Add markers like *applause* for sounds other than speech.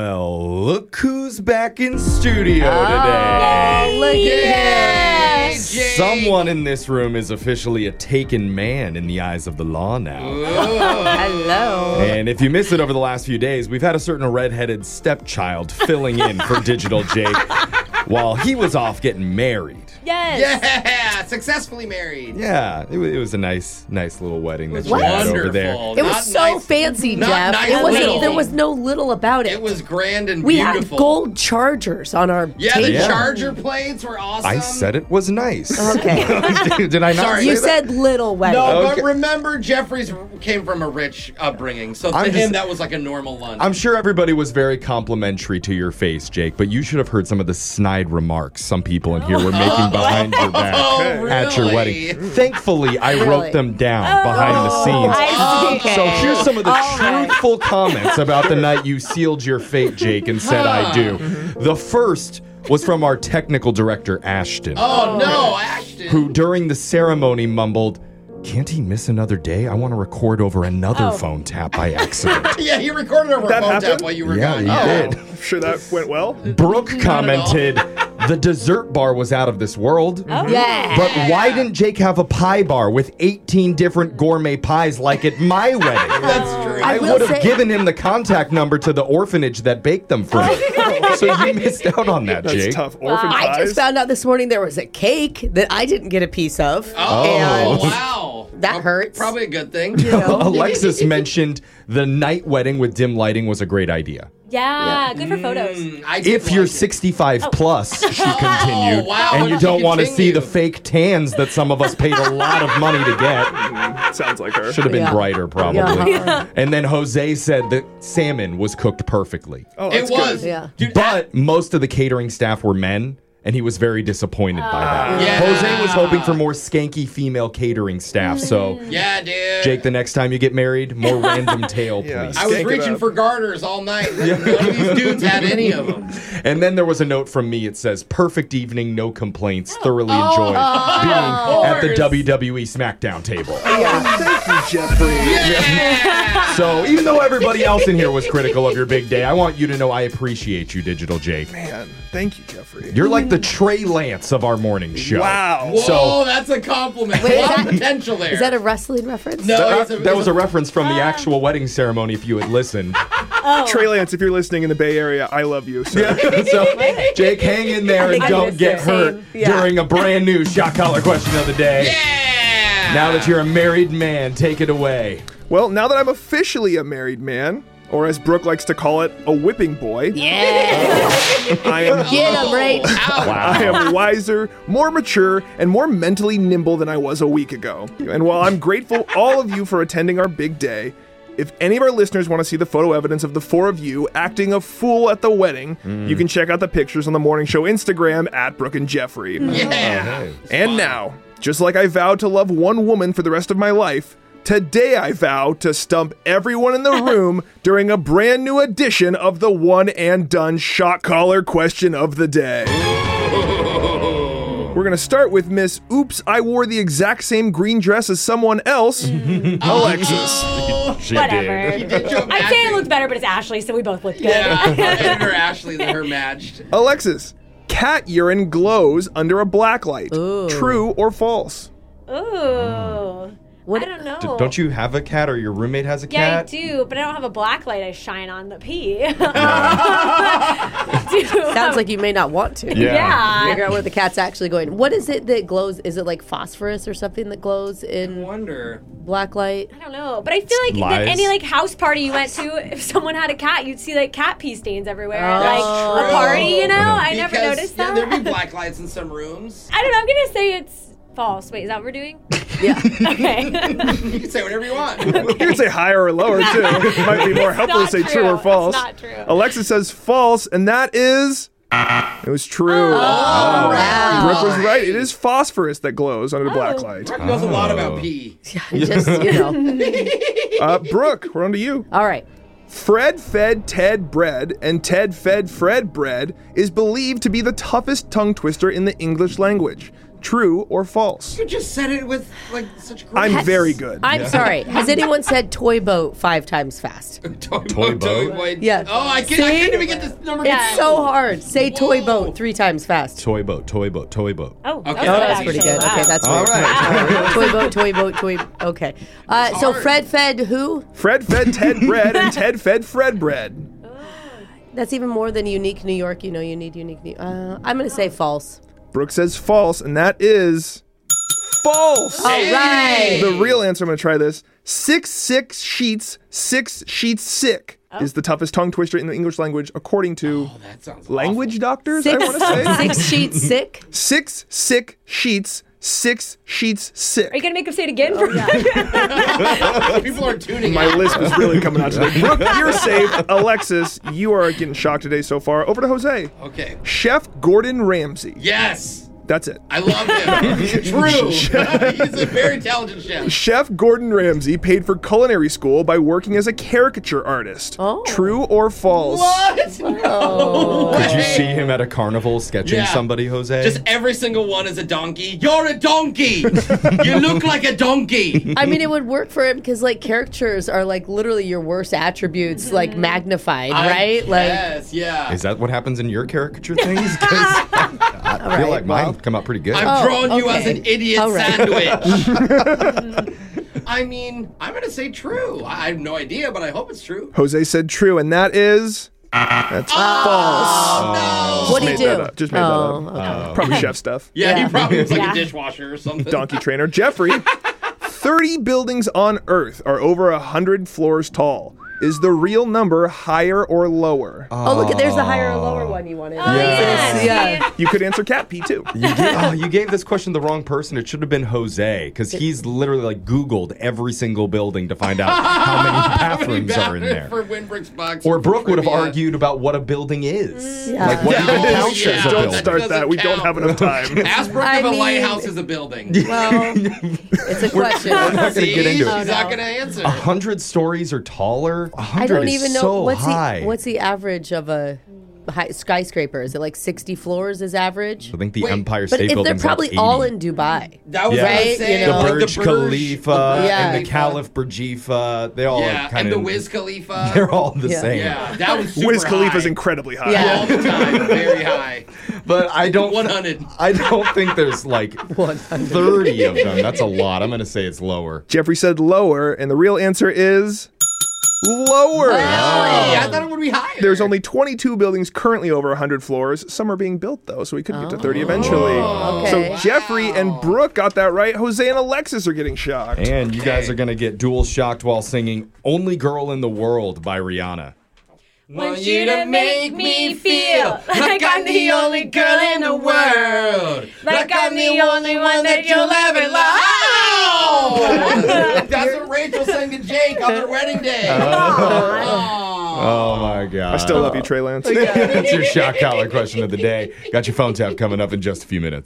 Well, look who's back in studio today. Oh, look at Yes. Jake. Someone in this room is officially a taken man in the eyes of the law now. Hello. And if you missed it over the last few days, we've had a certain redheaded stepchild filling in *laughs* for Digital Jake while he was off getting married. Yes. Yeah, successfully married. Yeah, it, wa- it was a nice, nice little wedding that was you had over wonderful. there. It was Not so nice- fancy, not Jeff. nice it wasn't, little. There was no little about it. It was grand and we beautiful. had gold chargers on our Yeah, table. the Yeah. charger plates were awesome. I said it was nice. Okay. *laughs* Did I not Sorry. say you that? said little wedding. No, Okay. but remember, Jeffries came from a rich upbringing, so to I'm him just- that was like a normal lunch. I'm sure everybody was very complimentary to your face, Jake, but you should have heard some of the snide remarks some people in here were making behind your back *laughs* Oh, at your really? Oh, wedding. Thankfully, I wrote them down Oh, behind the scenes. I see. So here's some of the truthful comments about the night you sealed your fate, Jake, and said I do. The first was from our technical director, Ashton, Oh no, Ashton. who during the ceremony mumbled, Can't he miss another day? I want to record over Oh. another phone tap by accident. Yeah, he recorded over That phone tap happened? while you were Yeah, gone. he Oh. did. *laughs* I'm sure that went well. Brooke at all. Oh, commented, the dessert bar was out of this world. Mm-hmm. Yeah. But why didn't Jake have a pie bar with 18 different gourmet pies like at *laughs* my wedding? That's true. I I will would have say- given him the contact number to the orphanage that baked them for *laughs* me. Oh, so you missed out on that, That's Jake. tough. Orphan I just pies. found out this morning there was a cake that I didn't get a piece of. oh, And wow. that Well, hurts. Probably a good thing. Alexis mentioned the night wedding with dim lighting was a great idea. Yeah, good for photos. Mm, I did If you're like it. 65 plus, *laughs* she continued, Oh. wow, and you she don't want to see the continued. fake tans that some of us paid a lot of money to *laughs* get. Mm, Sounds like her. Should have been Yeah. brighter, probably. *laughs* Yeah. And then Jose said the salmon was cooked perfectly. Oh, it that's good. was. Yeah. Dude, But most of the catering staff were men, and he was very disappointed by that. Ah. Yeah. Jose was hoping for more skanky female catering staff. So, Mm. yeah, dude. Jake, the next time you get married, *laughs* more random tail, Yeah. please. I was Stank it reaching up. for garters all *laughs* night. None of these dudes had any of them. And then there was a note from me. It says, Perfect evening, no complaints, thoroughly enjoyed Oh, of being at the course. WWE SmackDown table. Thank you, Jeffrey. Yeah. So, even though everybody else in here was critical of your big day, I want you to know I appreciate you, Digital Jake. Man, thank you, Jeffrey. You're like the Trey Lance of our morning show. Wow. Whoa, So- that's a compliment. Wait, a is lot of that- potential there. Is that a wrestling reference? no? That, it's a- that it's was a reference from the actual wedding ceremony, if you had listened. *laughs* Trey Lance, if you're listening in the Bay Area, I love you. Sir. so, Jake, hang in there and I don't missed get it. hurt Same. Yeah. during a brand new shot collar question of the day. Yeah. Now that you're a married man, take it away. Well, now that I'm officially a married man, or as Brooke likes to call it, a whipping boy, Mm. Yeah. I *laughs* am Get him, right? Oh, *laughs* I am wiser, more mature, and more mentally nimble than I was a week ago. And while I'm grateful all of you for attending our big day, if any of our listeners want to see the photo evidence of the four of you acting a fool at the wedding, you can check out the pictures on the morning show Instagram at Brooke and Jeffrey. yeah. And now, just like I vowed to love one woman for the rest of my life, today I vow to stump everyone *laughs* in the room during a brand new edition of the One and Done Shot Caller Question of the Day. We're going to start with Miss Oops, I wore the exact same green dress as someone *laughs* else, Oh, Alexis. *laughs* Whatever. Did you I'd say it imagine- looked better, but it's Ashley, so we both looked good. Yeah. Editor Ashley and her matched. Alexis, cat urine glows under a blacklight. True or false? *laughs* Ooh. I don't know. Don't you have a cat or your roommate has a Yeah, I cat? do, but I don't have a black light I shine on the *laughs* pee. *laughs* Sounds like you may not want to. Yeah. yeah. Figure out where the cat's actually going. What is it that glows? Is it like phosphorus or something that glows in Wonder. black light? I don't know, but I feel like Lies. that any like house party you went to, if someone had a cat, you'd see like cat pee stains everywhere. at, That's like true. a party, you know? I because, never noticed Yeah, that. there'd be black lights in some rooms. I don't know. I'm gonna say it's false. Wait, is that what we're doing? Yeah. Okay. *laughs* You can say whatever you *laughs* want. You can say higher or lower *laughs* too. It might be more helpful to not say true, true. or It's false. Oh, not true. Alexa says false, and that is. It was true. Oh. wow. Brooke was right. It is phosphorus that glows under the black light. Brooke knows a lot Oh. about pee. Just, you know. Uh, Brooke, we're on to you. All right. Fred fed Ted bread, and Ted fed Fred bread is believed to be the toughest tongue twister in the English language. True or false? You just said it with like such great. I'm very good. I'm sorry. Has anyone said toy boat five times fast? *laughs* Toy, Toy boat, boat? toy boat. Yeah. Oh, I, can, I See? couldn't even get this number. Yeah. It's so hard. Say toy boat three times fast. Toy boat, toy boat, toy boat. Oh, Okay. okay. Oh, That's pretty good. Okay, that's All weird. right. *laughs* toy boat, toy boat, toy. Okay. Uh, so hard. Fred fed who? Fred *laughs* fed Ted bread and Ted fed Fred bread. That's even more than unique New York. You know, you need unique New. Uh, I'm gonna say false. Brooke says false, and that is false. All right. The real answer, I'm going to try this. Six, six sheets, six sheets sick is the toughest tongue twister in the English language, according to That sounds language doctors, I Six, want to say. six sheets sick. Six, sick sheets, six sheets sick. Are you gonna make him say it again? for awful. People are tuning. My out. lisp is really coming out today. Brooke, you're safe. Alexis, you are getting shocked today so far. Over to Jose. Okay. Chef Gordon Ramsay. Yes. That's it. I *laughs* love him. True. *laughs* He's a very talented chef. Chef Gordon Ramsay paid for culinary school by working as a caricature artist. Oh. True or false? What? No Did you way. see him at a carnival sketching Yeah. somebody, Jose? Just every single one is a donkey. You're a donkey. *laughs* you look like a donkey. I mean, it would work for him because like characters are like literally your worst attributes, like magnified, right? Like, Yes. Yeah. Is that what happens in your caricature things? 'Cause I, I feel right, like well. mine come out pretty good. Oh, I'm drawing you as okay. an idiot All right. sandwich. *laughs* *laughs* I mean, I'm gonna say true. I I have no idea, but I hope it's true. Jose said true, and that is. That's Oh. false. what do you Made do? that up. Uh, Just made Ah. Oh, that *laughs* up. Probably chef stuff. Yeah, Yeah. he probably was like Yeah. a dishwasher or something. Donkey trainer Jeffrey. 30 buildings on Earth are over 100 floors tall. Is the real number higher or lower? Ah. Oh, look, there's the higher or lower one you wanted. Oh, yeah. Yeah. see? You could answer cat P too. You, gave, oh, you gave this question to the wrong person. It should have been Jose because he's literally like Googled every single building to find out how *laughs* many How many bathrooms are in bathrooms there. For Winbrick's box. Or Brooke would have Trivia. argued about what a building is. Yeah. Like what even Yeah. counts as Oh, yeah. a Don't building. start that. We don't Doesn't have enough *laughs* time. Ask Brooke I if a mean- lighthouse is a building. Well, it's a question. We're not going to get See? into She's it. Oh. not gonna answer. A hundred stories or taller. A I hundred don't is even know so what's high. the what's the average of a high, skyscraper. Is it like 60 floors is average? I think the Wait, Empire But State if Building's they're like probably 80. all in Dubai. That was Yeah. what I Right? was saying. You know. the like Burj Khalifa Yeah. and the Caliph Burjifa. They all Yeah, kind and the of Wiz Khalifa. *laughs* They're all the Yeah. same. Yeah, that was super Wiz Khalifa's high. incredibly high. Yeah. All the time, very high. *laughs* But I don't 100. I don't think there's like 30 of them. That's a lot. I'm going to say it's lower. Jeffrey said lower, and the real answer is lower. Oh. Oh. Hey, I thought it would be higher. There's only 22 buildings currently over 100 floors. Some are being built though, so we could get to 30 eventually. okay. So Jeffrey and Brooke got that right. Jose and Alexis are getting shocked. And you guys are going to get dual shocked while singing Only Girl in the World by Rihanna. Want you to make me feel *laughs* like I'm the only girl in the world. Like I'm the only one that you'll ever love. *laughs* That's what Rachel sang to Jake on their wedding day. Oh my God. I still love you, Trey Lance. *laughs* That's your shock collar question of the day. Got your phone tap coming up in just a few minutes.